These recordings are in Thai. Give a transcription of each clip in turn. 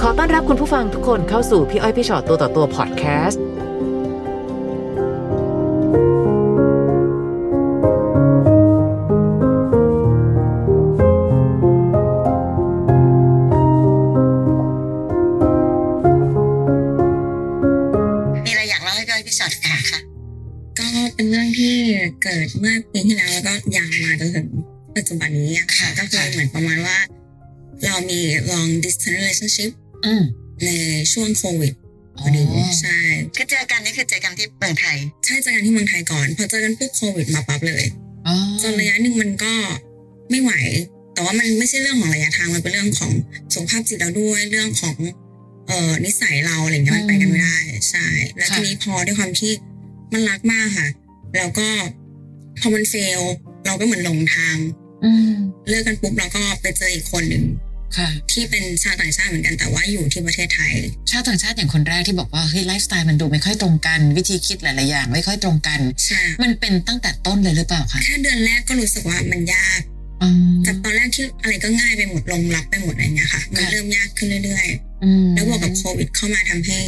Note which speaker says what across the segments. Speaker 1: ขอต้อนรับคุณผู้ฟังทุกคนเข้าสู่พี่อ้อยพี่ชอตตัวต่อตัวพอดแคสต์
Speaker 2: มีอะไรอยากเล่าให้พี่อ้อยพี่ชอตค่ะค่ะ
Speaker 3: ก็เป็นเรื่องที่เกิดเมื่อปีที่แล้วแล้วก็ยังมาจนถึงปัจจุบันนี้อะค่ะ
Speaker 2: ค่ะ
Speaker 3: ก็คือเหมือนประมาณว่า เรามี long distance relationship
Speaker 1: อืม
Speaker 3: ในช่วงโควิดพอดี
Speaker 1: อ๋อ
Speaker 3: ใช่
Speaker 2: คือเจอกันนี่คือเจอกันที่เมืองไทย
Speaker 3: ใช่เจอกันที่เมืองไทยก่อน พอเจอกันปุ๊บโควิดมาปั๊บเลย
Speaker 1: อ๋อ
Speaker 3: จนระยะหนึ่งมันก็ไม่ไหว แต่ว่ามันไม่ใช่เรื่องของระยะทางมันเป็นเรื่องของสุขภาพจิตเราด้วยเรื่องของเอ่อนิสัยเราอะไรเงี้ยมันไปกันไม่ได้ใช่ แล้วทีนี้พอด้วยความที่มันรักมากค่ะ แล้วก็พอมันเฟล เราก็เหมือนหลงทาง
Speaker 1: อืม
Speaker 3: เลิกกันปุ๊บเราก็ไปเจออีกคนหนึ่ง
Speaker 1: ค่ะ
Speaker 3: ที่เป็นชาวต่างชาติเหมือนกันแต่ว่าอยู่ที่ประเทศไทย
Speaker 1: ชาวต่างชาติอย่างคนแรกที่บอกว่าเฮ้ยไลฟ์สไตล์มันดูไม่ค่อยตรงกัน วิธีคิดหลายๆอย่างไม่ค่อยตรงกัน
Speaker 3: ใช่
Speaker 1: มันเป็นตั้งแต่ต้นเลยหรือเปล่าคะ
Speaker 3: แค่เดือนแรกก็รู้สึกว่ามันยาก
Speaker 1: อืม
Speaker 3: จากตอนแรกที่อะไรก็ง่ายไปหมดลงล็อกไปหมดอะไรเงี้ยค่ะ มัน
Speaker 1: ค่ะ
Speaker 3: เริ่มยากขึ้นเรื่อย
Speaker 1: อืม
Speaker 3: ๆ แล้วบวกกับโควิดเข้ามาทำให้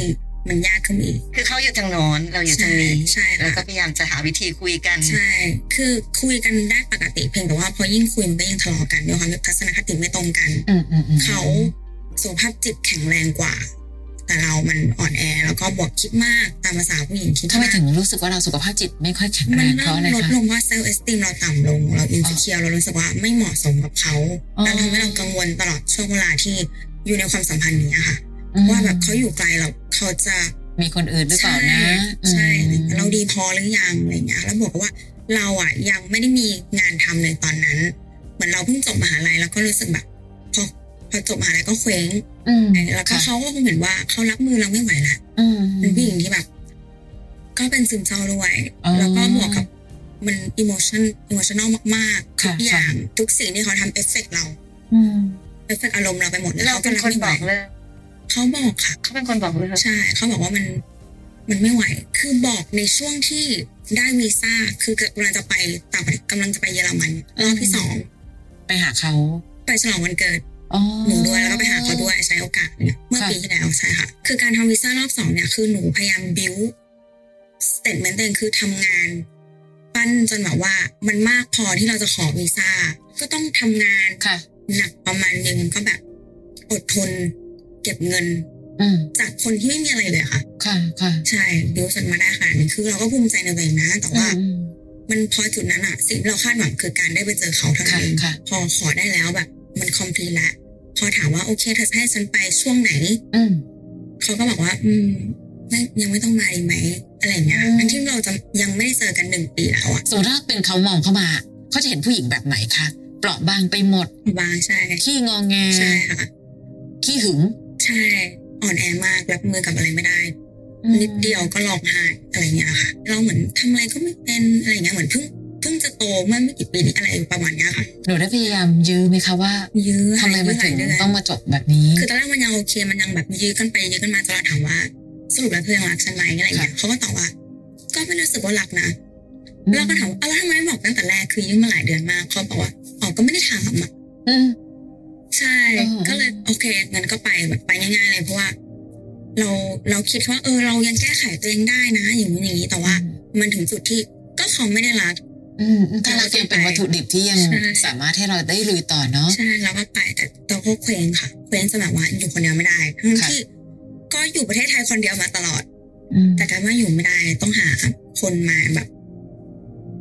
Speaker 3: มันยากขึ้นอีก
Speaker 2: คือเขาอยู่ทางโน้นเราอยู่ทางนี้
Speaker 3: ใช่ใช่ค่ะ
Speaker 2: แล้วก็พยายามจะหาวิธีคุยกัน
Speaker 3: ใช่ คือคุยกันได้ปกติเพียงแต่ว่าพอยิ่งคุยมันก็ยิ่งทะเลาะกันด้วยความที่ทัศนคติไม่ตรงกัน
Speaker 1: อืมอืมอืม
Speaker 3: เขาสุขภาพจิตแข็งแรงกว่า แต่เรามันอ่อนแอแล้วก็บวกคิดมากตามภาษาผู้หญิงคิด
Speaker 1: ทำไม
Speaker 3: มาก
Speaker 1: ถึงรู้สึกว่าเราสุขภาพจิตไม่ค่อยแข็ง
Speaker 3: มั
Speaker 1: แร
Speaker 3: น
Speaker 1: งเพ
Speaker 3: เริ่ม
Speaker 1: ราะอะไร
Speaker 3: ลด
Speaker 1: คะ
Speaker 3: ลงเพราะเซลล์เอสติมเราต่ำลง เราอินสิเคียวเรารู้สึกว่าไม่เหมาะสมกับเขา
Speaker 1: อ๋อ
Speaker 3: แล้วทำให้เรากังวลตลอดช่วงเวลาที่อยู่ในความสัมพันธ์นี้อะค่ะ ว่าแบบเขาอยู่ไกลเราเขาจะ
Speaker 1: มีคนอื่นหรือเปล่านะ
Speaker 3: ใช่อะไร
Speaker 1: อืม
Speaker 3: เงี้ยเราดีพอหรือยังอะไรเงี้ยแล้วบอกว่าเราอ่ะยังไม่ได้มีงานทำเลยตอนนั้น เหมือนเราเพิ่งจบมหาลัยแล้วก็รู้สึกแบบพอพอจบมหาลัยก็เคว้ง
Speaker 1: อืม
Speaker 3: แล้วก็
Speaker 1: ค่ะ
Speaker 3: เขาก็คงเห็นว่าเขารับมือเราไม่ไหวละ
Speaker 1: อืม
Speaker 3: เป็นผู้หญิงที่แบบ ก็เป็นซึมเศร้าด้วย
Speaker 1: อ๋อ
Speaker 3: แล้วก็บวกกับมันอิโมชันอิโมชันอลมากๆทุ
Speaker 1: ค่ะ
Speaker 3: กอย่างทุกสิ่งที่เขาทำเอฟเฟกต์เรา
Speaker 1: อืม
Speaker 3: เอฟเฟกต์อารมณ์เราไปหมดลย
Speaker 2: เรา
Speaker 3: ข
Speaker 2: เป็น
Speaker 3: รั
Speaker 2: คน
Speaker 3: ไม่
Speaker 2: บ
Speaker 3: ไหว
Speaker 2: อกเลิก
Speaker 3: เขาบอกค่ะ
Speaker 2: เขาเป็นคนบอกเลิก
Speaker 3: ใช่ เขาบอกว่ามันมันไม่ไหว คือบอกในช่วงที่ได้วีซ่าคือกำลังจะไปต่างประเทศกำลังจะไปเยอรมันรอบที่สอง
Speaker 1: ไปหาเขา
Speaker 3: ไปฉลองวันเกิด
Speaker 1: อ๋อ
Speaker 3: หนูด้วยแล้วก็ไปหาเขาด้วยใช้โอกาสเนี่ยเมื่อ
Speaker 1: ค่ะ
Speaker 3: ปีที่แล้วใช่ค่ะคือการทำวีซ่ารอบสองเนี่ยคือหนูพยายามบิวสเตทเมนต์เองคือทำงาน ปั้นจนแบบว่ามันมากพอที่เราจะขอวีซ่าก็ต้องทำงาน
Speaker 1: ค่ะ
Speaker 3: หนักประมาณหนึงก็แบบ อดทน เก็บเงิน
Speaker 1: อืม
Speaker 3: จากคนที่ไม่มีอะไรเลยค่ะ
Speaker 1: ค่ะค่ะ
Speaker 3: ใช่บิวจนมาได้ขนาดนี้คือเราก็ภูมิใจในตัวเองนะ แต่ว่า
Speaker 1: อืม
Speaker 3: มันพอจุดนั้นอะสิ่งที่เราคาดหวังคือการได้ไปเจอเขาเท่านั้นเอง
Speaker 1: ค่ะค่ะ
Speaker 3: พอขอได้แล้วแบบ มันคอมพลีละพอถามว่าโอเคเธอจะให้ฉันไปช่วงไหน
Speaker 1: อืม
Speaker 3: เขาก็บอกว่า อืมไม่ยังไม่ต้องมาดีไหมอะไรอย่างเงี้ย
Speaker 1: อืม
Speaker 3: ทั้งที่เราจะยังไม่ได้เจอกันหนึ่งปีแล้วอะ
Speaker 1: สมมติถ้าเป็นเขามองเข้ามา เขาจะเห็นผู้หญิงแบบไหนคะเปราะบางไปหมด
Speaker 3: วางใช่
Speaker 1: ขี้งองแง
Speaker 3: ใช่ค่ะ
Speaker 1: ขี้หึง
Speaker 3: ใช่อ่อนแอมากรับมือกับอะไรไม่ได้ นิดเดียวก็ร้องไห้อะไรเงี้ยค่ะ เราเหมือนทำอะไรก็ไม่เป็นอะไรเงี้ยเหมือนเพิ่งเพิ่งจะโตเมื่อไม่กี่ปีนี้อะไรประมาณเนี้ยค่ะ
Speaker 1: หนูได้พยายามยื้อไหมคะว่า
Speaker 3: เยอะ
Speaker 1: ทำไมมัน
Speaker 3: หลา
Speaker 1: ถึ
Speaker 3: ย
Speaker 1: ง
Speaker 3: เดือน
Speaker 1: ต้องมาจบแบบนี้
Speaker 3: คือตอนแรกมันยังโอเคมันยังแบบยื้อกันไปยื้อกันมาจนเราถามว่า สรุปแล้วเธอยังรักฉันไหมอะไรเงี้ยเขาก็ตอบว่า ก็ไม่รู้สึกว่ารักนะแล้วเราก็ถามว่าอ้าวแล้วทำไมไม่บอกตั้งแต่แรกคือยื้อมาหลายเดือนมากเขาบอกว่าอ๋อก็ไม่ได้ถามอ่ะ
Speaker 1: อืม
Speaker 3: ใช่
Speaker 1: อ๋อ
Speaker 3: ก็เลยโอเคงั้นก็ไปแบบไปง่ายๆเลยเพราะว่า เราเราคิดว่าเออเรายังแก้ไขตัวเองได้นะ อย่างนู้นอย่างนี้แต่ว่า มันถึงจุดที่ก็เขาไม่ได้รัก
Speaker 1: อืมอืมถ้าเรายังเป็นวัตถุดิบที่ยัง
Speaker 3: ใช่
Speaker 1: สามารถให้เราได้ลุยต่อเนาะ
Speaker 3: ใช่แล้วก็ไปแต่เราก็เคว้งค่ะเคว้งจะแบบว่าอยู่คนเดียวไม่ได้ทั้ง
Speaker 1: ค่ะ
Speaker 3: ที่ ก็อยู่ประเทศไทยคนเดียวมาตลอด
Speaker 1: อืม
Speaker 3: แต่การว่าอยู่ไม่ได้ต้องหาคนมาแบบ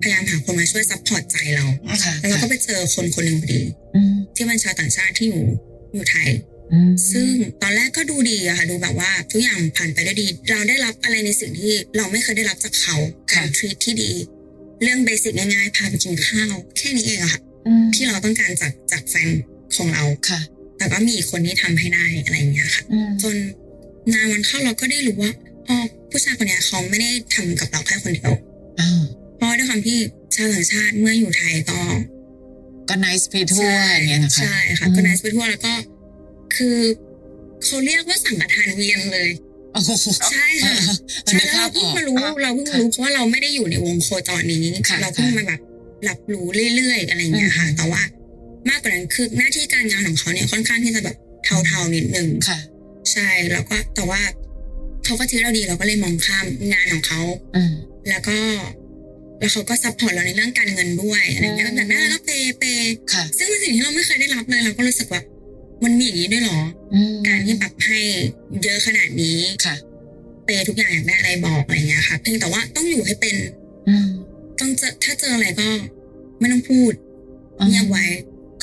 Speaker 3: พยายามหาคนมาช่วยซัพพอร์ตใจเรา
Speaker 1: ค่ะ
Speaker 3: แล้วเราก็ไปเจอคนคนหนึ่งพอดี
Speaker 1: อืม
Speaker 3: ที่เป็นชาวต่างชาติที่อยู่อยู่ไทย
Speaker 1: อืม
Speaker 3: ซึ่งตอนแรกก็ดูดีอะค่ะดูแบบว่าทุกอย่างผ่านไปได้วยดี เราได้รับอะไรในสิ่งที่เราไม่เคยได้รับจากเขาการทรีตที่ดี เรื่องเบสิกง่ายๆพาไปกินข้าวแค่นี้เองอะค่ะ
Speaker 1: อืม
Speaker 3: ที่เราต้องการจากจากแฟนของเรา
Speaker 1: ค่ะ
Speaker 3: แต่ก็มีอีกคนที่ทำให้ได้อะไรอย่างเงี้ยค่ะ
Speaker 1: อืม
Speaker 3: จนนานวันเข้าเราก็ได้รู้ว่าอ๋อผู้ชายคนเนี้ยเขาไม่ได้ทำกับเราแค่คนเดียว
Speaker 1: อ้าว
Speaker 3: เพราะด้วยความที่ชาวต่างชาติเมื่ออยู่ไทยก็
Speaker 1: ก็ nice ไปทั่วอย่างเงี้ยนะคะ
Speaker 3: ใช่ค่ะ
Speaker 1: อืม
Speaker 3: ก็นายไปทั่วแล้วก็ คือเขาเรียกว่าสังฆทานเวียนเลย
Speaker 1: โอ้โห
Speaker 3: ใช่
Speaker 1: เอ
Speaker 3: ค่ะ
Speaker 1: อเออ
Speaker 3: ใช่
Speaker 1: นึก
Speaker 3: แล้ว
Speaker 1: ภา
Speaker 3: เรา
Speaker 1: พอ
Speaker 3: เพิ่งมา
Speaker 1: อก
Speaker 3: รู้เราเพิ่งรู้เพราะว่าเราไม่ได้อยู่ในวงโคจรนี้
Speaker 1: ค่ะ
Speaker 3: เราเพิ่งมาแบบรับรู้เรื่อยๆอะไรอย่างเงี้ยค่ะ
Speaker 1: อืม
Speaker 3: แต่ว่ามากกว่านั้นคือหน้าที่การงานของเขาเนี่ยค่อนข้างที่จะแบบเทาๆนิดนึง
Speaker 1: ค่ะ
Speaker 3: ใช่แล้วก็แต่ว่าเขาก็ทิ้งเราดีเราก็เลยมองข้ามงานของเขา
Speaker 1: อืม
Speaker 3: แล้วก็ แล้วเขาก็ซัพพอร์ตเราในเรื่องการเงินด้วยอะไรเงี้ย
Speaker 1: อืม
Speaker 3: แบบนั้นแล้วก็เปย์เปย์
Speaker 1: ค่ะ
Speaker 3: ซึ่งเป็นสิ่งที่เราไม่เคยได้รับเลยเราก็รู้สึกว่า มันมีอย่างนี้ด้วยเหรอ
Speaker 1: อืม
Speaker 3: การที่แบบให้เยอะขนาดนี้
Speaker 1: ค่ะ
Speaker 3: เปย์ทุกอย่างอยากได้อะไรบอกอะไรเงี้ยค่ะเพียงแต่ว่าต้องอยู่ให้เป็น
Speaker 1: อืม
Speaker 3: ต้องเจอถ้าเจออะไรก็ ไม่ต้องพูดเงียบไว้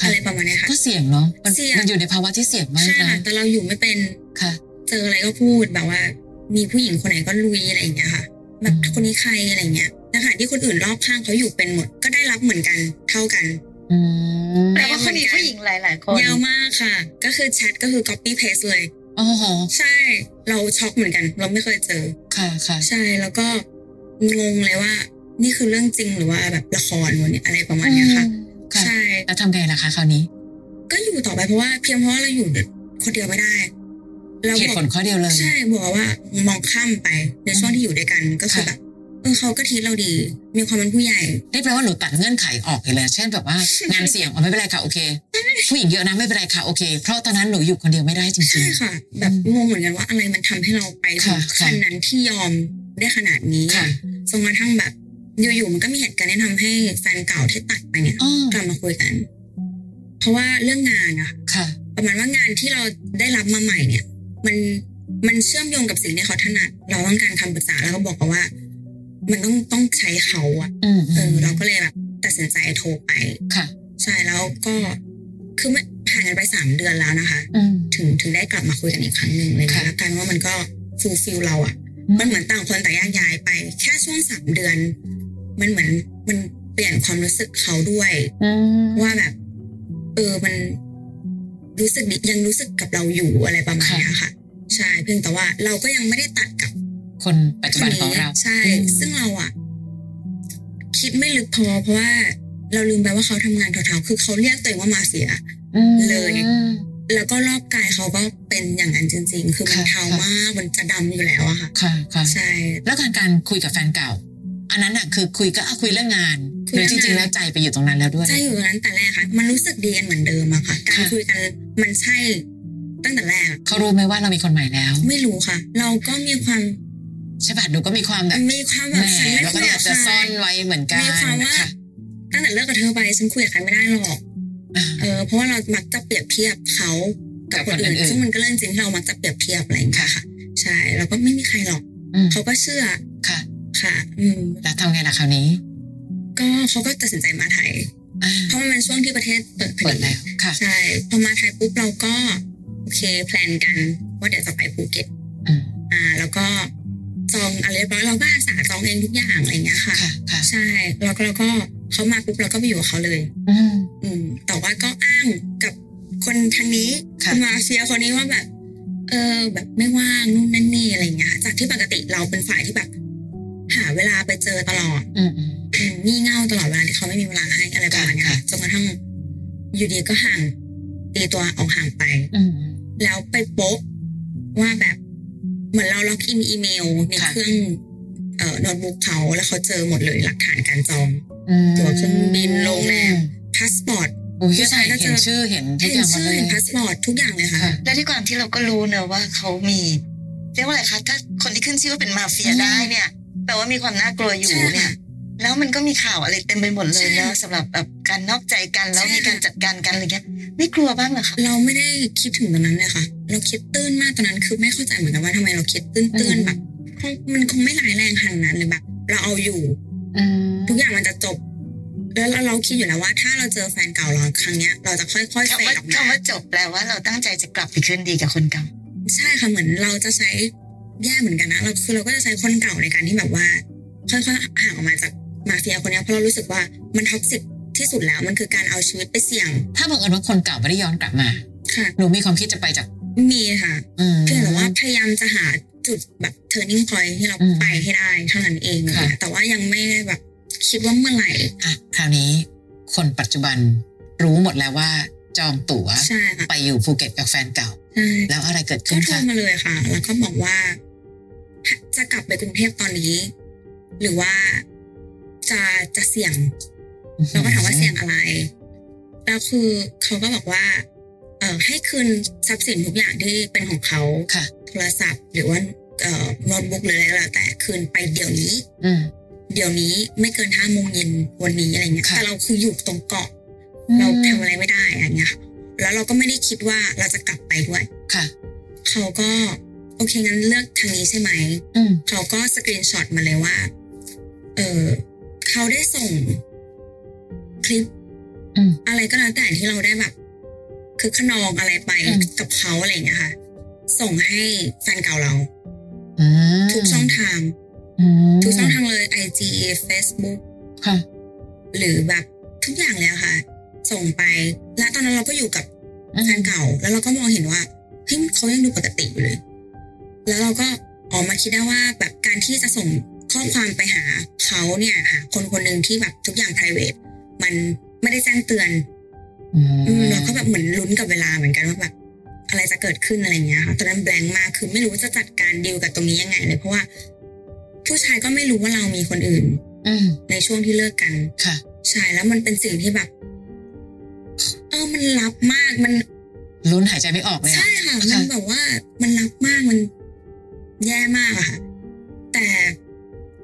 Speaker 1: ค่ะ
Speaker 3: อะไรประมาณเนี้ยค่ะ
Speaker 1: ก็เสี่ยงเนาะมัน
Speaker 3: เสี่ยง
Speaker 1: มันอยู่ในภาวะที่เสี่ยงมาก
Speaker 3: ใช่ค่ะ
Speaker 1: นะ
Speaker 3: แต่เราอยู่ไม่เป็น
Speaker 1: ค่ะ
Speaker 3: เจออะไรก็พูดแบบว่า มีผู้หญิงคนไหนก็ลุยอะไรอย่างเงี้ยค่ะ แบบ
Speaker 1: อืม
Speaker 3: คนนี้ใครอะไรเงี้ยนะคะที่คนอื่นรอบข้างเขาอยู่เป็นหมด ก็ได้รับเหมือนกันเท่ากัน
Speaker 1: อืม
Speaker 2: แปลว่าเขามีผู้หญิงหลาย ๆ คน
Speaker 3: ยาวมากค่ะ ก็คือแชทก็คือ copy paste เลย
Speaker 1: โอ้โห
Speaker 3: ใช่ เราช็อกเหมือนกัน เราไม่เคยเจอ
Speaker 1: ค่ะค่ะ
Speaker 3: ใช่แล้วก็งงเลยว่า นี่คือเรื่องจริงหรือว่าแบบละครวะเนี่ยอะไรประมาณเนี้ยค่ะ
Speaker 1: ค่ะ
Speaker 3: ใช่
Speaker 1: แล้วทำไงล่ะคะคราวนี้
Speaker 3: ก็อยู่ต่อไปเพราะว่าเพียงเพราะว่าเราอยู่คนเดียวไม่ได้เรา
Speaker 1: เห
Speaker 3: บ
Speaker 1: ตุ
Speaker 3: อก
Speaker 1: ผลข้อเดียวเลย
Speaker 3: ใช่บอกว่ามองข้ามไปในช่วงที่อยู่ด้วยกันก็คือ
Speaker 1: ค่ะ
Speaker 3: แบบเออเขาก็ทีเราดี มีความเป็นผู้ใหญ่
Speaker 1: นี่แปลว่าหนูตัดเงื่อนไขออกไปเลย เช่นแบบว่า งานเสี่ยงอ๋อไม่เป็นไรค่ะโอเค ผู้หญิงเยอะนะไม่เป็นไรค่ะโอเค เพราะตอนนั้นหนูอยู่คนเดียวไม่ได้จริ
Speaker 3: ใช่
Speaker 1: ง
Speaker 3: ค่ะ แบบงงเหมือนกันว่าอะไรมันทำให้เราไปถึ
Speaker 1: ค่ะ
Speaker 3: ง
Speaker 1: ค่ะ
Speaker 3: ขั้นนั้นที่ยอมได้ขนาดนี้
Speaker 1: ๆ ค่ะ
Speaker 3: จนกระทั่งแบบอยู่ๆมันก็มีเหตุการณ์ที่ทำให้แฟนเก่าที่ตัดไปเนี่ย
Speaker 1: อ๋อก
Speaker 3: ลับมาคุยกัน เพราะว่าเรื่องงานอะ
Speaker 1: ค่ะ
Speaker 3: ประมาณว่างานที่เราได้รับมาใหม่เนี่ย มันมันเชื่อมโยงกับสิ่งที่เขาถนัดเราต้องการคำปรึกษาแล้วก็บอกเขาว่า มันต้องต้องใช้เขาอะ
Speaker 1: อืม
Speaker 3: เออเราก็เลยแบบตัดสินใจโทรไป
Speaker 1: ค่ะ
Speaker 3: ใช่แล้วก็คือไม่ผ่านกันไปสามเดือนแล้วนะคะ
Speaker 1: อืม
Speaker 3: ถึงถึงได้กลับมาคุยกันอีกครั้งหนึ่งเลยนะ
Speaker 1: ค่ะ
Speaker 3: แล้วกันว่ามันก็ฟูลฟิลเราอะมันเหมือนต่างคนต่างแยกย้ายไป แค่ช่วงสามเดือน มันเหมือนมันเปลี่ยนความรู้สึกเขาด้วย
Speaker 1: อืม
Speaker 3: ว่าแบบ เออมันรู้สึกดียังรู้สึกกับเราอยู่อะไรประมาณเนี้ยค่ะ ใช่เพียงแต่ว่าเราก็ยังไม่ได้ตัดกับ
Speaker 1: คนปัจจุบันของเรา
Speaker 3: ใช่
Speaker 1: อืม
Speaker 3: ซึ่งเราอ่ะ คิดไม่ลึกพอเพราะว่าเราลืมไปว่าเขาทำงานเทาๆคือเขาเรียกตัวเองว่ามาเฟีย
Speaker 1: อืม
Speaker 3: เลย แล้วก็รอบกายเขาก็เป็นอย่างนั้นจริง ๆ คือมัน
Speaker 1: ค่ะ
Speaker 3: เทามากมันจะดำอยู่แล้วอะค่ะ
Speaker 1: ค่ะค่ะ
Speaker 3: ใช่
Speaker 1: แล้วการการคุยกับแฟนเก่า อันนั้นน่ะคือคุยก็อ่ะคุยเรื่องงาน
Speaker 3: คุ
Speaker 1: โด
Speaker 3: ย
Speaker 1: ย
Speaker 3: เรื่อง
Speaker 1: จริงๆ
Speaker 3: งาน
Speaker 1: แล้วใจไปอยู่ตรงนั้นแล้วด้วย
Speaker 3: ใจอยู่ตรงนั้นแต่แรกค่ะ มันรู้สึกดีกันเหมือนเดิมอะค่ะ การ
Speaker 1: ค่ะ
Speaker 3: คุยกันมันใช่ ตั้งแต่แรกอะ
Speaker 1: เขารู้ไหมว่าเรามีคนใหม่แล้ว
Speaker 3: ไม่รู้ค่ะ เราก็มีความ
Speaker 1: ใช่ป่ะหนูก็มีความแบบ
Speaker 3: มีความ
Speaker 1: แห
Speaker 3: แบบฉัน
Speaker 1: ม
Speaker 3: ไม่
Speaker 1: แล้ว
Speaker 3: คุ
Speaker 1: ก็
Speaker 3: ย
Speaker 1: อยา
Speaker 3: กับ
Speaker 1: ก
Speaker 3: ใคร
Speaker 1: จะซ่อนไว้เหมือนกัน
Speaker 3: มีความว่า
Speaker 1: ค่ะ
Speaker 3: ตั้งแต่เลิกกับเธอไปฉันคุยกับใครไม่ได้หรอก
Speaker 1: อ่า
Speaker 3: เออเพราะว่าเรามักจะเปรียบเทียบเขากับ
Speaker 1: กั
Speaker 3: คน
Speaker 1: บคนอื่
Speaker 3: อื่
Speaker 1: น
Speaker 3: น ซึ่งมันก็เรื่องจริงที่เรามักจะเปรียบเทียบอะไรอย่างเงี้ย
Speaker 1: ค่ะ
Speaker 3: ค่ะ ใช่แล้วก็ไม่มีใครหรอก
Speaker 1: อืม
Speaker 3: เขาก็เชื่อ
Speaker 1: ค่ะ
Speaker 3: ค่ะ อืม
Speaker 1: แล้วทำไงล่ะคราวนี้
Speaker 3: ก็เขาก็ตัดสินใจมาไทย
Speaker 1: อ่า
Speaker 3: เพราะว่ามันช่วงที่ประเทศเปิดพอ
Speaker 1: เปิด
Speaker 3: ดี
Speaker 1: แล้วค่ะ
Speaker 3: ใช่พอมาไทยปุ๊บเราก็โอเคแพลนกันว่าเดี๋ยวจะไปภูเก็ต
Speaker 1: อืม
Speaker 3: อ่า แล้วก็จองอะไรเรียบร้อยเราก็อาสาจองเองทุกอย่างอะไรอย่างเงี้ยค่ะ
Speaker 1: ค่ะค่ะ
Speaker 3: ใช่แล้วก็เราก็เขามาปุ๊บเราก็ไปอยู่กับเขาเลย
Speaker 1: อืม
Speaker 3: อืมแต่ว่าก็อ้างกับคนทางนี้
Speaker 1: ค่ะ
Speaker 3: ณมาเฟียคนนี้ว่าแบบ เออ แบบไม่ว่างนู่นนั่นนี่อะไรอย่างเงี้ยค่ะจากที่ปกติเราเป็นฝ่ายที่แบบ หาเวลาไปเจอตลอด
Speaker 1: อืมอืม
Speaker 3: อืมงี่เง่าตลอดเวลาที่เขาไม่มีเวลาให้อะไรประมาณเนี้ย
Speaker 1: ค่ะ
Speaker 3: ค่ะจนกระทั่งอยู่ดีก็ห่างตีตัวออกห่างไป
Speaker 1: อืม
Speaker 3: แล้วไปโป๊ะว่าแบบเหมือนเราล็อกอินอีเมลใน
Speaker 1: ค่ะ
Speaker 3: เครื่องเอ่อโน้ตบุ๊กเขาแล้วเขาเจอหมดเลยหลักฐานการจอง
Speaker 1: อืม
Speaker 3: ตั๋วเครื่องบินโรงแรม พาสปอร์ต
Speaker 1: อุ้ย
Speaker 3: ผู้ชายก็
Speaker 1: เห็น
Speaker 3: เจอ
Speaker 1: ชื่อเห็นทุก
Speaker 3: เห็
Speaker 1: อน ย่างหมด
Speaker 3: ชื่อ
Speaker 1: เลย
Speaker 3: เห็นพาสปอร์ตทุกอย่างเลยค่ะ
Speaker 1: ค่ะ
Speaker 2: และด้วยความที่เราก็รู้เนอะว่าเขามีเรียกว่าอะไรคะถ้าคนที่ขึ้นชื่อว่าเป็นมาเฟีย
Speaker 1: อืม
Speaker 2: ได้เนี่ยแปลว่ามีความน่ากลัวอยู่
Speaker 3: ใช่
Speaker 2: เนี่ย
Speaker 3: ค่ะ
Speaker 2: แล้วมันก็มีข่าวอะไรเต็มไปหมดเลย
Speaker 3: ใช่
Speaker 2: เนอะสำหรับแบบการนอกใจกันแล้ว
Speaker 3: ใช่
Speaker 2: มีการ
Speaker 3: ค่ะ
Speaker 2: จัดการกันอะไรเงี้ยไม่กลัวบ้างเหรอคะ
Speaker 3: เราไม่ได้คิดถึงตอนนั้นเลยค่ะ เราคิดตื้นมากตอนนั้นคือไม่เข้าใจเหมือนกันว่าทำไมเราคิดตื้นๆ
Speaker 1: อืม
Speaker 3: แบบคงมันคงไม่ร้ายแรงขนาดนั้นเลยแบบ เราเอาอยู่
Speaker 1: อืม
Speaker 3: ทุกอย่างมันจะจบ แล้วเราเราคิดอยู่แล้วว่า ถ้าเราเจอแฟนเก่าเราครั้งเนี้ย เราจะค่อยๆเฟ
Speaker 2: คำว่า
Speaker 3: ดออกมา
Speaker 2: คำว่าจบแปลว่าเราตั้งใจจะกลับไปคืนดีกับคนเก่า
Speaker 3: ใช่ค่ะเหมือนเราจะใช้แย่เหมือนกันนะเราคือเราก็จะใช้คนเก่าในการที่แบบว่า ค่อยๆห่างออกมาจากมาเฟียคนเนี้ยเพราะเรารู้สึกว่ามันท็อกซิกที่สุดแล้วมันคือการเอาชีวิตไปเสี่ยง
Speaker 1: ถ้าบังเอิญว่าคนเก่าไม่ได้ย้อนกลับมา
Speaker 3: ค่ะ
Speaker 1: หนูมีความคิดจะไปจาก
Speaker 3: มีค่ะ
Speaker 1: อืม
Speaker 3: เพียงแต่ว่าพยายามจะหาจุดแบบ turning point ที่เรา
Speaker 1: อืม
Speaker 3: ไปให้ได้เท่านั้นเอง
Speaker 1: ค่ะ
Speaker 3: เนี่ยแต่ว่ายังไม่ได้แบบ คิดว่าเมื่อไหร่
Speaker 1: อ่ะคราวนี้ คนปัจจุบันรู้หมดแล้วว่า จองตั๋ว
Speaker 3: ใช่ค่ะ
Speaker 1: ไปอยู่ภูเก็ตกับแฟนเก่า
Speaker 3: ใช่
Speaker 1: แล้วอะไรเกิด
Speaker 3: ก็
Speaker 1: ขึ้น
Speaker 3: โทร
Speaker 1: คะ
Speaker 3: มาเลยค่ะ แล้วก็บอกว่า จะกลับไปกรุงเทพตอนนี้ หรือว่าจะจะเสี่ยง เราก็ถามว่าเสี่ยงอะไร แล้วคือเขาก็บอกว่า เอ่อให้คืนทรัพย์สินทุกอย่างที่เป็นของเขา
Speaker 1: ค่ะ
Speaker 3: โทรศัพท์ หรือว่าเอ่อโน้ตบุ๊กหรืออะไรก็แล้วแต่คืนไปเดี๋ยวนี้
Speaker 1: อืม
Speaker 3: เดี๋ยวนี้ไม่เกินห้าโมงเย็นวันนี้อะไรเงี้ย
Speaker 1: ค่ะ
Speaker 3: แต่เราคืออยู่ตรงเกาะ เราทำอะไรไม่ได้อะไรเงี้ยค่ะแล้วเราก็ไม่ได้คิดว่าเราจะกลับไปด้วย
Speaker 1: ค่ะ
Speaker 3: เขาก็โอเคงั้นเลือกทางนี้ใช่ไหม
Speaker 1: อืม
Speaker 3: เขาก็สกรีนช็อตมาเลยว่า เออเขาได้ส่งคลิป
Speaker 1: อืม
Speaker 3: อะไรก็แล้วแต่ที่เราได้แบบ คือขนองอะไรไป
Speaker 1: อืม
Speaker 3: กับเขาอะไรอย่างเงี้ยค่ะ ส่งให้แฟนเก่าเรา
Speaker 1: อืม
Speaker 3: ทุกช่องทาง
Speaker 1: อืม
Speaker 3: ทุกช่องทางเลย IG Facebook
Speaker 1: ค่ะ
Speaker 3: หรือแบบทุกอย่างแล้วค่ะ ส่งไป และตอนนั้นเราก็อยู่กับ แฟนเก่าแล้วเราก็มองเห็นว่าเฮ้ยเขายังดูปกติอยู่เลย แล้วเราก็ออกมาคิดได้ว่าแบบการที่จะส่งข้อความไปหาเขาเนี่ยหาคนคนหนึ่งที่แบบทุกอย่าง p r i v a t มันไม่ได้แจ้งเตือน
Speaker 1: อืม
Speaker 3: อืมเราก็แบบเหมือนลุ้นกับเวลาเหมือนกันว่าแบบอะไรจะเกิดขึ้นอะไรเงี้ยค่ะตอนนั้นแบง n ์มากคือไม่รู้จะจัดการดีลกับตรงนี้ยังไงเลยเพราะว่า ผู้ชายก็ไม่รู้ว่าเรามีคนอื่น
Speaker 1: อืม
Speaker 3: ในช่วงที่เลิกกัน
Speaker 1: ค่ะ
Speaker 3: ใช่แล้วมันเป็นสิ่งที่แบบเออมันลับมากมัน
Speaker 1: ลุ้นหายใจไม่ออกเลยอะ
Speaker 3: ใช่ค่ะ
Speaker 1: ค่ะ
Speaker 3: มันแบบว่ามันรับมากมันแย่มากอะค่ะ แต่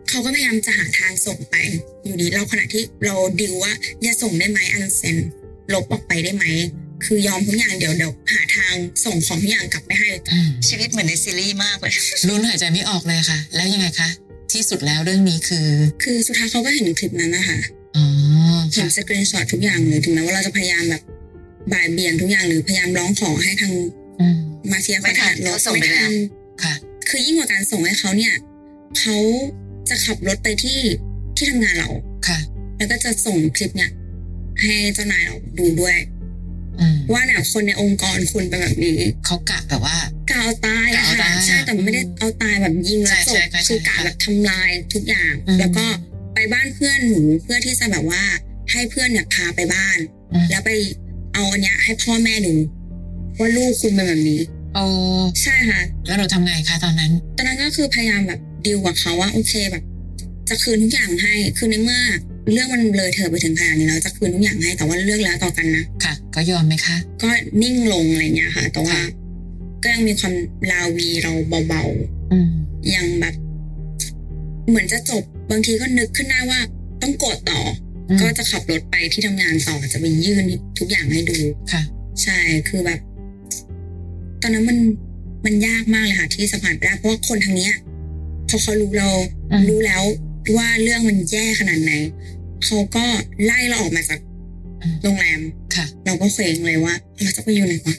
Speaker 3: เขาก็พยายามจะหาทางส่งไป อยู่ดีเราขณะที่เราดิวว่าอย่าส่งได้ไหมอันเซนลบออกไปได้ไหม คือยอมทุกอย่างเดี๋ยวเดี๋ยวหาทางส่งของทุกอย่างกลับไปให้
Speaker 1: อืม
Speaker 2: ชีวิตเหมือนในซีรีส์มากเลย
Speaker 1: ลุ้นหายใจไม่ออกเลยค่ะ แล้วยังไงคะ ที่สุดแล้วเรื่องนี้คือ
Speaker 3: คือสุดท้ายเขาก็เห็นคลิปนั้นนะคะ
Speaker 1: อ๋อ
Speaker 3: เห็
Speaker 1: ค่ะ
Speaker 3: นสกรีนช็อตทุกอย่างเลยถึงแม้ว่าเราจะพยายามแบบบ่ายเบี่ยงทุกอย่างหรือพยายามร้องขอให้ทาง
Speaker 1: อืม
Speaker 3: มาเฟีย
Speaker 2: ไม่ทัน
Speaker 3: ล
Speaker 2: เขา
Speaker 3: บ
Speaker 2: ส่งไป
Speaker 3: ม่
Speaker 2: แล้ว
Speaker 3: ทัน
Speaker 1: ค่ะ
Speaker 3: คือยิ่งกว่าการส่งให้เขาเนี่ยเขาจะขับรถไปที่ที่ทำงานเรา
Speaker 1: ค่ะ
Speaker 3: แล้วก็จะส่งคลิปเนี่ยให้เจ้านายเราดูด้วย
Speaker 1: อืม
Speaker 3: ว่าเนี่ยคนในองค์กรคุณเป็นแบบนี้
Speaker 1: เขากะแบบว่า
Speaker 3: กะเอาตายอะ
Speaker 1: กะเอาตา
Speaker 3: ค่ะ
Speaker 1: ยอะ
Speaker 3: ใช่แต่ไม่ได้เอาตายแบบยิงแล้ว
Speaker 1: ใช่
Speaker 3: จ
Speaker 1: ใช่
Speaker 3: บ
Speaker 1: ใช่ใช่
Speaker 3: คือกะแบบทำลายทุกอย่าง
Speaker 1: อืม
Speaker 3: แล้วก็ไปบ้านเพื่อนหนูเพื่อที่จะแบบว่าให้เพื่อนเนี่ยพาไปบ้าน
Speaker 1: อืม
Speaker 3: แล้วไปเอาอันเนี้ยให้พ่อแม่ดูว่าลูกคุณเป็นแบบนี้
Speaker 1: โอ้
Speaker 3: ใช่ค่ะ
Speaker 1: แล้วหนูทำไงคะตอนนั้น
Speaker 3: ตอนนั้นก็คือพยายามแบบดีลกับเขาว่าโอเคแบบ จะคืนทุกอย่างให้ คือในเมื่อเรื่องมันเลยเธอไปถึงขนาดนี้แล้วจะคืนทุกอย่างให้แต่ว่าเลือกแล้วต่อกันนะ
Speaker 1: ค่ะ ก็ยอมไหมคะ
Speaker 3: ก็นิ่งลงอะไรเงี้ยค่ะ แต่ว่า ก็ยังมีความลาวีเราเบา
Speaker 1: อืม
Speaker 3: ๆยังแบบ เหมือนจะจบบางทีก็นึกขึ้นได้ว่า ต้องกดต่ออ
Speaker 1: ม
Speaker 3: ก็จะขับรถไปที่ทำงานต่อจะไปยื่นทุกอย่างให้ดู
Speaker 1: ค่ะ
Speaker 3: ใช่ คือแบบ ตอนนั้นมันมันยากมากเลยค่ะ ที่จะผ่านไปได้เพราะว่าคนทางเนี้ยพอเขารู้เรา
Speaker 1: อืม
Speaker 3: รู้แล้วว่าเรื่องมันแย่ขนาดไหน เขาก็ไล่เราออกมาจากโรงแรม
Speaker 1: ค่ะ
Speaker 3: เราก็เคว้งเลยว่าเราจะไปอยู่ไหนวะ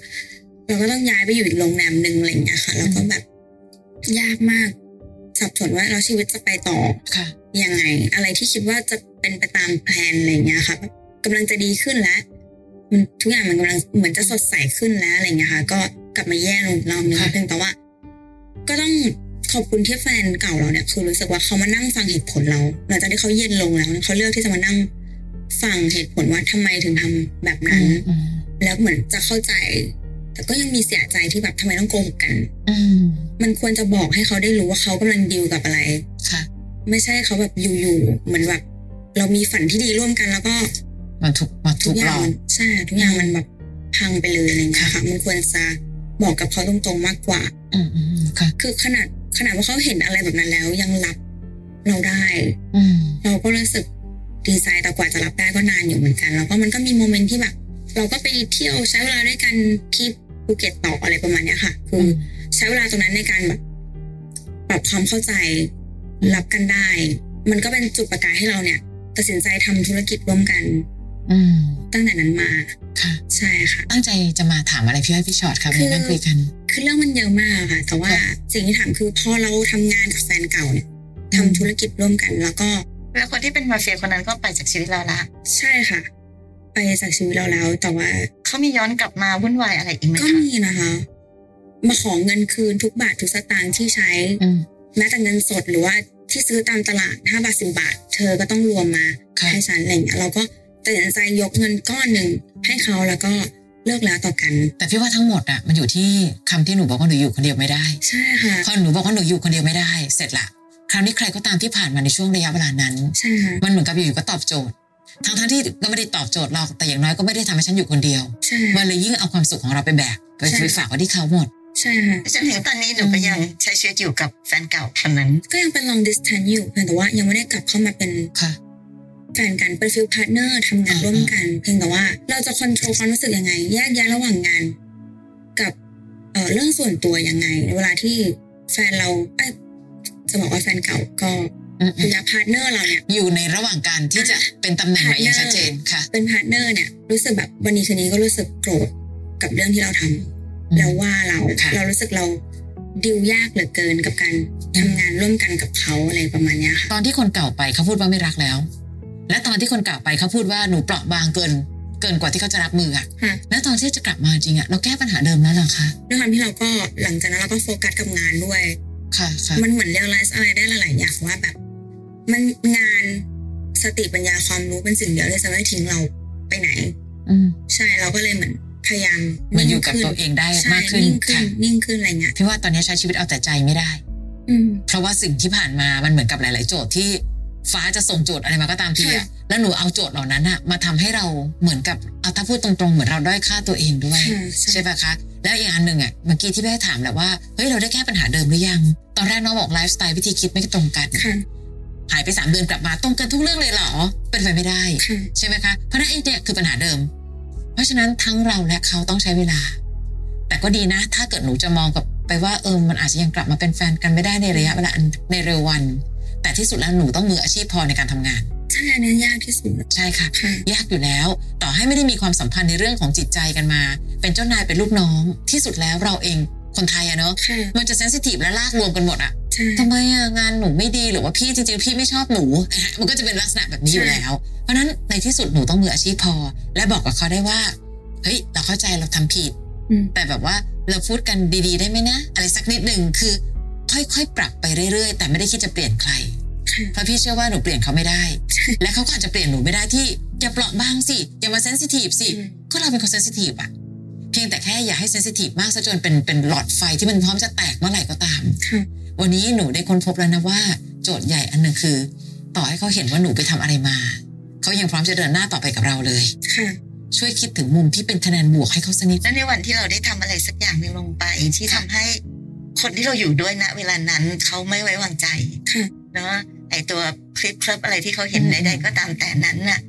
Speaker 3: เราก็ต้องย้ายไปอยู่อีกโรงแรมหนึ่งอะไรอย่างเงี้ยค่ะ แล้วก็แบบ ยากมาก สับสนว่าเราชีวิตจะไปต่อ
Speaker 1: ค่ะ
Speaker 3: ยังไง อะไรที่คิดว่าจะเป็นไปตามแผนอะไรอย่างเงี้ยค่ะแบบกำลังจะดีขึ้นแล้วมันทุกอย่างมันกำลังเหมือนจะสดใสขึ้นแล้วอะไรเงี้ยค่ะ ก็กลับมาแย่ลงอีกรอบนึง
Speaker 1: ค่ะ
Speaker 3: เพียงแต่ว่า ก็ต้องขอบคุณที่แฟนเก่าเราเนี่ย คือรู้สึกว่าเขามานั่งฟังเหตุผลเราหลังจากที่เขาเย็นลงแล้วเนี่ยเขาเลือกที่จะมานั่งฟังเหตุผลว่าทำไมถึงทำแบบ
Speaker 1: อื
Speaker 3: นั้น
Speaker 1: มอืม
Speaker 3: แล้วเหมือนจะเข้าใจ แต่ก็ยังมีเสียใจที่แบบทำไมต้องโกหกกัน
Speaker 1: อืม
Speaker 3: มันควรจะบอกให้เขาได้รู้ว่าเขากำลังดีลกับอะไร
Speaker 1: ค่ะ
Speaker 3: ไม่ใช่เขาแบบอยู่ๆเหมือนแบบ เรามีฝันที่ดีร่วมกันแล้วก็
Speaker 1: มันถูกมัน
Speaker 3: ทุ
Speaker 1: ถู
Speaker 3: กอ
Speaker 1: กหล
Speaker 3: ย่าง
Speaker 1: อก
Speaker 3: มันใช่ทุกอย่างมันแบบพังไปเลยอะไรอย่างเงี้ย
Speaker 1: ค่ะ
Speaker 3: ค่ะ มันควรจะบอกกับเขาตรงๆมากกว่า
Speaker 1: อืมอืมค่ะ
Speaker 3: คือขนาดขนาดว่าเขาเห็นอะไรแบบนั้นแล้วยังรับเราได้
Speaker 1: อืม
Speaker 3: เราก็รู้สึกดีใจแต่กว่าจะรับได้ก็นานอยู่เหมือนกัน แล้วก็มันก็มีโมเมนต์ที่แบบ เราก็ไปเที่ยวใช้เวลาด้วยกันที่ภูเก็ตต่ออะไรประมาณเนี้ยค่ะ คืออใช้เวลาตรงนั้นในการแบบปรับความเข้าใจรับกันได้ มันก็เป็นจุดประกายให้เราเนี่ย ตัดสินใจทำธุรกิจร่วมกัน
Speaker 1: อืม
Speaker 3: ตั้งแต่นั้นมา
Speaker 1: ค่ะ
Speaker 3: ใช่ค่ะ
Speaker 1: ตั้งใจจะมาถามอะไรพี่อ้อยพี่ชอตครับ
Speaker 3: คือ
Speaker 1: มีนั่งคุยกัน
Speaker 3: คือเรื่องมันเยอะมากค่ะ แต่ว่าสิ่งที่ถามคือพอเราทำงานกับแฟนเก่าเนี่ย
Speaker 1: อื
Speaker 3: ทำ
Speaker 1: ม
Speaker 3: ธุรกิจร่วมกัน แล้วก็
Speaker 2: แล้วคนที่เป็นมาเฟียคนนั้นก็ไปจากชีวิตเราละ
Speaker 3: ใช่ค่ะ ไปจากชีวิตเราแล้ว แต่ว่า
Speaker 2: เขามีย้อนกลับมาวุ่นวายอะไรอีกไหม
Speaker 3: ก็
Speaker 2: คะ
Speaker 3: มีนะคะ มาขอเงินคืนทุกบาททุกสตางค์ที่ใช้
Speaker 1: อืม
Speaker 3: แม้แต่เงินสดหรือว่าที่ซื้อตามตลาดห้าบาทสิบาท เธอก็ต้องรวมมา
Speaker 1: ค่ะ
Speaker 3: ให้ฉันอะไรอย่างเงี้ยเราก็ตัดสินใจยกเงินก้อนหนึ่งให้เขาแล้วก็เลิกแล้วต่อกัน
Speaker 1: แต่พี่ว่าทั้งหมดอ่ะมันอยู่ที่คำที่หนูบอกว่าหนูอยู่คนเดียวไม่ได้
Speaker 3: ใช่ค่ะ
Speaker 1: พอหนูบอกว่าหนูอยู่คนเดียวไม่ได้ เสร็จละ คราวนี้ใครก็ตามที่ผ่านมาในช่วงระยะเวลานั้น
Speaker 3: ใช่ค่ะ
Speaker 1: มันเหมือนกับอยู่ๆก็ตอบโจทย์ ทั้งทั้งๆที่ก็ไม่ได้ตอบโจทย์หรอกแต่อย่างน้อยก็ไม่ได้ทำให้ฉันอยู่คนเดียว
Speaker 3: ใช่
Speaker 1: มันเลยยิ่งเอาความสุขของเราไปแบกไป
Speaker 3: ใช่
Speaker 1: ไปฝากไว้ที่เขาหมด
Speaker 3: ใช่ค่ะ
Speaker 2: จนถึงตอนนี้หนูก็ยังใช้ชีวิตอยู่กับแฟนเก่าคนนั้น
Speaker 3: ก็ยังเป็น long distance อยู่เพียงแต่ว่ายังไม่ได้กลับเข้ามาเป็น
Speaker 1: ค่ะ
Speaker 3: แฟนกันเป็นฟิลพาร์ทเนอร์ทำงานร่วมกัน เพียงแต่ว่าเราจะค o n t r o l ความรู้สึกยังไง แยกแยะระหว่างงาน กับเอ่อเรื่องส่วนตัวยังไง เวลาที่แฟนเราเอ้ยจะบอกว่าแฟนเก่าก็
Speaker 1: อืมอื
Speaker 3: คุ
Speaker 1: ม
Speaker 3: ณพาร์ทเนอร์เราเนี่ย
Speaker 1: อยู่ในระหว่างการที่จะเป็นตำแหน่งไหนอย่างชัดเจนค่ะ
Speaker 3: เป็นพาร์ทเนอร์เนี่ยรู้สึกแบบวันนี้คืนนี้ก็รู้สึกโกรธกับเรื่องที่เราทำ
Speaker 1: อืม
Speaker 3: แล้วว่าเรา
Speaker 1: ค่ะ
Speaker 3: เรารู้สึกเราดิวยากเหลือเกินกับการทำงานร่วมกันกับเขาอะไรประมาณเนี้ยค่ะ
Speaker 1: ตอนที่คนเก่าไปเขาพูดว่าไม่รักแล้ว และตอนที่คนเก่าไปเขาพูดว่าหนูเปราะบางเกิน เกินกว่าที่เขาจะรับมืออะ
Speaker 3: ค่ะ
Speaker 1: แล้วตอนที่จะกลับมาจริงอะเราแก้ปัญหาเดิมแล้วเหรอคะ
Speaker 3: ด้วยความที่เราก็หลังจากนั้นเราก็โฟกัสกับงานด้วย
Speaker 1: ค่ะค่ะ
Speaker 3: มันเหมือนเรียลไลซ์อะไรได้หลาย ๆ อย่างว่าแบบ มันงานสติปัญญาความรู้เป็นสิ่งเดียวที่จะไม่ทิ้งเราไปไหน
Speaker 1: อืม
Speaker 3: ใช่เราก็เลยเหมือนพยายาม
Speaker 1: มันอยู่กับ
Speaker 3: งขึ้
Speaker 1: ตัวเองได้
Speaker 3: ใช่
Speaker 1: มากขึ้น
Speaker 3: นิ่งขึ้
Speaker 1: ค่ะ
Speaker 3: นนิ่งขึ้นอะไรเงี้ย
Speaker 1: พี่ว่าตอนนี้ใช้ชีวิตเอาแต่ใจไม่ได้
Speaker 3: อืม
Speaker 1: เพราะว่าสิ่งที่ผ่านมามันเหมือนกับหลาย ๆ โจทย์ที่ฟ้าจะส่งโจทย์อะไรมาก็ตามที
Speaker 3: ใช่
Speaker 1: อะแล้วหนูเอาโจทย์เหล่านั้นอะมาทำให้เราเหมือนกับเอาถ้าพูดตรง ๆ เหมือนเราด้อยค่าตัวเองด้วย
Speaker 3: ใช่ใช่
Speaker 1: ใช่ปะคะ แล้วอีกอันหนึ่งอ่ะเมื่อกี้ที่แม่ถามแหละว่าเฮ้ยเราได้แก้ปัญหาเดิมหรือยัง ตอนแรกน้องบอกไลฟ์สไตล์วิธีคิดไม่ตรงกัน
Speaker 3: ค่ะ
Speaker 1: หายไปสามเดือนกลับมาตรงกันทุกเรื่องเลยเหรอ เป็นไปไม่ได้
Speaker 3: ค่ะ
Speaker 1: ใช่ไหมคะเพราะนั่นเองเนี่ยคือปัญหาเดิม เพราะฉะนั้นทั้งเราและเขาต้องใช้เวลา แต่ก็ดีนะ ถ้าเกิดหนูจะมองกับไปว่าเออมันอาจจะยังกลับมาเป็นแฟนกันไม่ได้ในระยะเวลาอันในเร็ววัน แต่ที่สุดแล้วหนูต้องมืออาชีพพอในการทำงาน
Speaker 3: ใช่อันนั้นยากที่สุด
Speaker 1: ใช่ค่ะ
Speaker 3: ค่ะ
Speaker 1: ยากอยู่แล้วต่อให้ไม่ได้มีความสัมพันธ์ในเรื่องของจิตใจกันมา เป็นเจ้านายเป็นลูกน้อง ที่สุดแล้วเราเองคนไทยอะเนาะ
Speaker 3: ค่ะ
Speaker 1: มันจะเซนซิทีฟและลากรวมกันหมดอะ
Speaker 3: ใช่
Speaker 1: ทำไมอะงานหนูไม่ดีหรือว่าพี่จริงๆ พี่ไม่ชอบหนู มันก็จะเป็นลักษณะแบบนี้อยู่แล้ว เพราะฉะนั้นในที่สุดหนูต้องมืออาชีพพอ และบอกกับเขาได้ว่าเฮ้ยเราเข้าใจเราทำผิด
Speaker 3: อืม
Speaker 1: แต่แบบว่าเราพูดกันดีๆ ได้ไหมนะ อะไรสักนิดหนึ่งคือ ค่อยๆ ปรับไปเรื่อยๆ แต่ไม่ได้คิดจะเปลี่ยนใคร
Speaker 3: ค่ะ
Speaker 1: เพราะพี่เชื่อว่าหนูเปลี่ยนเขาไม่ได้
Speaker 3: ใช่
Speaker 1: และเขาก็อาจจะเปลี่ยนหนูไม่ได้ที่อย่าเปราะบางสิ อย่ามาเซนซิทีฟสิ
Speaker 3: อืม
Speaker 1: ก็เราเป็นคนเซนซิทีฟอะเพียงแต่แค่อย่าให้เซนซิทีฟมากซะจนเป็นเป็นหลอดไฟที่มันพร้อมจะแตกเมื่อไหร่ก็ตาม
Speaker 3: ค่ะ
Speaker 1: วันนี้หนูได้ค้นพบแล้วนะว่า โจทย์ใหญ่อันหนึ่งคือ ต่อให้เขาเห็นว่าหนูไปทำอะไรมา เขายังพร้อมจะเดินหน้าต่อไปกับเราเลย
Speaker 3: ค่ะ
Speaker 1: ช่วยคิดถึงมุมที่เป็นคะแนนบวกให้เขาสักนิด
Speaker 2: และในวันที่เราได้ทำอะไรสักอย่างหนึ่งลงไป ที่ทำให้คนที่เราอยู่ด้วยณเวลานั้นเขาไม่ไว้วางใจ
Speaker 3: ค่ะ
Speaker 2: เนาะไอตัวคลิปคลับอะไรที่เขาเห็น
Speaker 1: อืม
Speaker 2: ใดๆก็ตามแต่นั้นน่ะ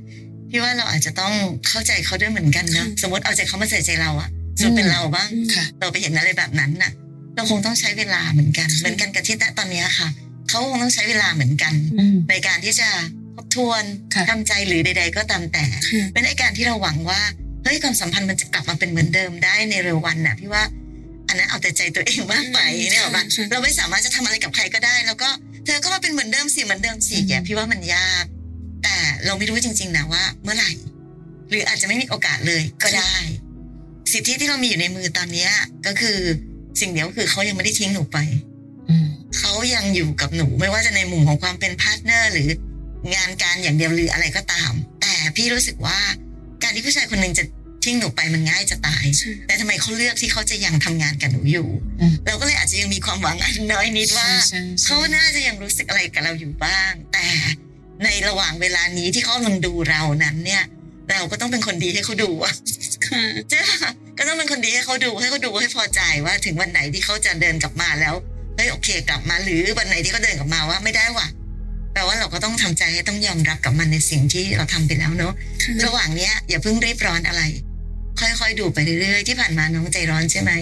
Speaker 2: พี่ว่าเราอาจจะต้องเข้าใจเขาด้วยเหมือนกันเนาะ
Speaker 3: ค่ะ
Speaker 2: สมมติเอาใจเขามาใส่ใจเราอะส่วนเป็นเราบ้าง
Speaker 1: ค่ะ
Speaker 2: เราไปเห็นอะไรแบบนั้นน่ะ เราคงต้องใช้เวลาเหมือนกัน เหมือนกันกับที่ณตอนเนี้ยค่ะ เขาคงต้องใช้เวลาเหมือนกัน
Speaker 1: อืม
Speaker 2: ในการที่จะทบทวน
Speaker 1: ค่ะ
Speaker 2: ทำใจหรือใด ๆ ก็ตามแต่
Speaker 3: ค่ะ
Speaker 2: เป็นไอการที่เราหวังว่าเฮ้ยความสัมพันธ์มันจะกลับมาเป็นเหมือนเดิมได้ในเร็ววันน่ะพี่ว่าอันนั้นเอาแต่ใจตัวเองมากไป
Speaker 3: อืม
Speaker 2: เนี่ยหรอกปะ
Speaker 3: ใช่ใช่
Speaker 2: เราไม่สามารถจะทำอะไรกับใครก็ได้ แล้วก็เธอก็มาเป็นเหมือนเดิมสิเหมือนเดิมสิแกพี่ว่ามันยาก แต่เราไม่รู้จริง ๆนะว่า เมื่อไหร่ หรืออาจจะไม่มีโอกาสเลยก็ได้ สิทธิที่เรามีอยู่ในมือตอนเนี้ยก็คือสิ่งเดียวคือเขายังไม่ได้ทิ้งหนูไป
Speaker 1: อืม
Speaker 2: เขายังอยู่กับหนูไม่ว่าจะในมุมของความเป็นพาร์ทเนอร์หรืองานการอย่างเดียวหรืออะไรก็ตาม แต่พี่รู้สึกว่าการที่ผู้ชายคนหนึ่งจะทิ้งหนูไปมันง่ายจะตาย
Speaker 3: ใช่
Speaker 2: แต่ทำไมเขาเลือกที่เขาจะยังทำงานกับหนูอยู่
Speaker 1: อืม
Speaker 2: เราก็เลยอาจจะยังมีความหวังอันน้อยนิดว่า
Speaker 1: ใช่ใช่
Speaker 2: เขาน่าจะยังรู้สึกอะไรกับเราอยู่บ้าง แต่ในระหว่างเวลานี้ที่เขากำลังดูเรานั้นเนี่ย เราก็ต้องเป็นคนดีให้เขาดูอะ
Speaker 3: ค่ะ
Speaker 2: ใช่ค่ะก็ต้องเป็นคนดีให้เขาดูให้เขาดูให้พอใจว่าถึงวันไหนที่เขาจะเดินกลับมาแล้วเฮ้ยโอเคกลับมาหรือวันไหนที่เขาเดินกลับมาว่าไม่ได้ว่ะแปลว่าเราก็ต้องทำใจให้ต้องยอมรับกับมันในสิ่งที่เราทำไปแล้วเนอะ
Speaker 3: ค่ะ
Speaker 2: ระหว่างเนี้ยอย่าเพิ่งรีบร้อนอะไร ค่อยๆดูไปเรื่อยๆที่ผ่านมาน้องใจร้อนใช่ไหม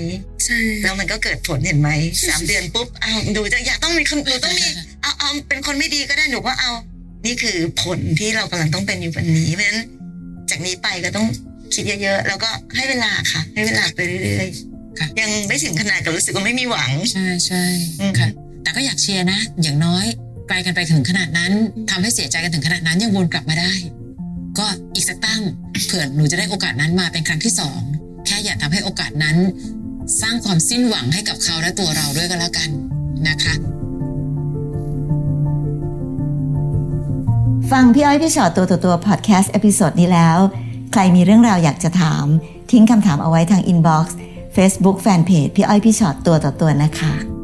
Speaker 3: ใช่
Speaker 2: แล้วมันก็เกิดผลเห็นไหมสามเดือนปุ๊บเอาวดูจะอยากต้องมีคนหนูต้องมี เอาเอาเป็นคนไม่ดีก็ได้หนูก็เอา นี่คือผลที่เรากำลังต้องเป็นอยู่วันนี้เพราะฉะนั้นจากนี้ไปก็ต้องคิดเยอะๆ แล้วก็ให้เวลาค่ะ ให้เวลาไปเรื่อย
Speaker 1: ค่ะ
Speaker 2: ๆยังไม่ถึงขนาดกับรู้สึกว่าไม่มีหวัง
Speaker 1: ใช่ใช่
Speaker 2: อืม
Speaker 1: ค่ะ แต่ก็อยากเชียร์นะ อย่างน้อยไกลกันไปถึงขนาดนั้น
Speaker 3: อืม
Speaker 1: ทำให้เสียใจกันถึงขนาดนั้นยังวนกลับมาได้ ก็อีกสักตั้งเผื่อหนูจะได้โอกาสนั้นมาเป็นครั้งที่สองแค่อย่าทำให้โอกาสนั้น สร้างความสิ้นหวังให้กับเขาและตัวเราด้วยกันแล้วกันนะคะ
Speaker 4: ฟังพี่อ้อยพี่ชอตตัวต่อตัวพอดแคสต์เอพิโซดนี้แล้ว ใครมีเรื่องราวอยากจะถาม ทิ้งคำถามเอาไว้ทางอินบ็อกซ์เฟซบุ๊กแฟนเพจพี่อ้อยพี่ชอตตัวต่อตัวนะคะ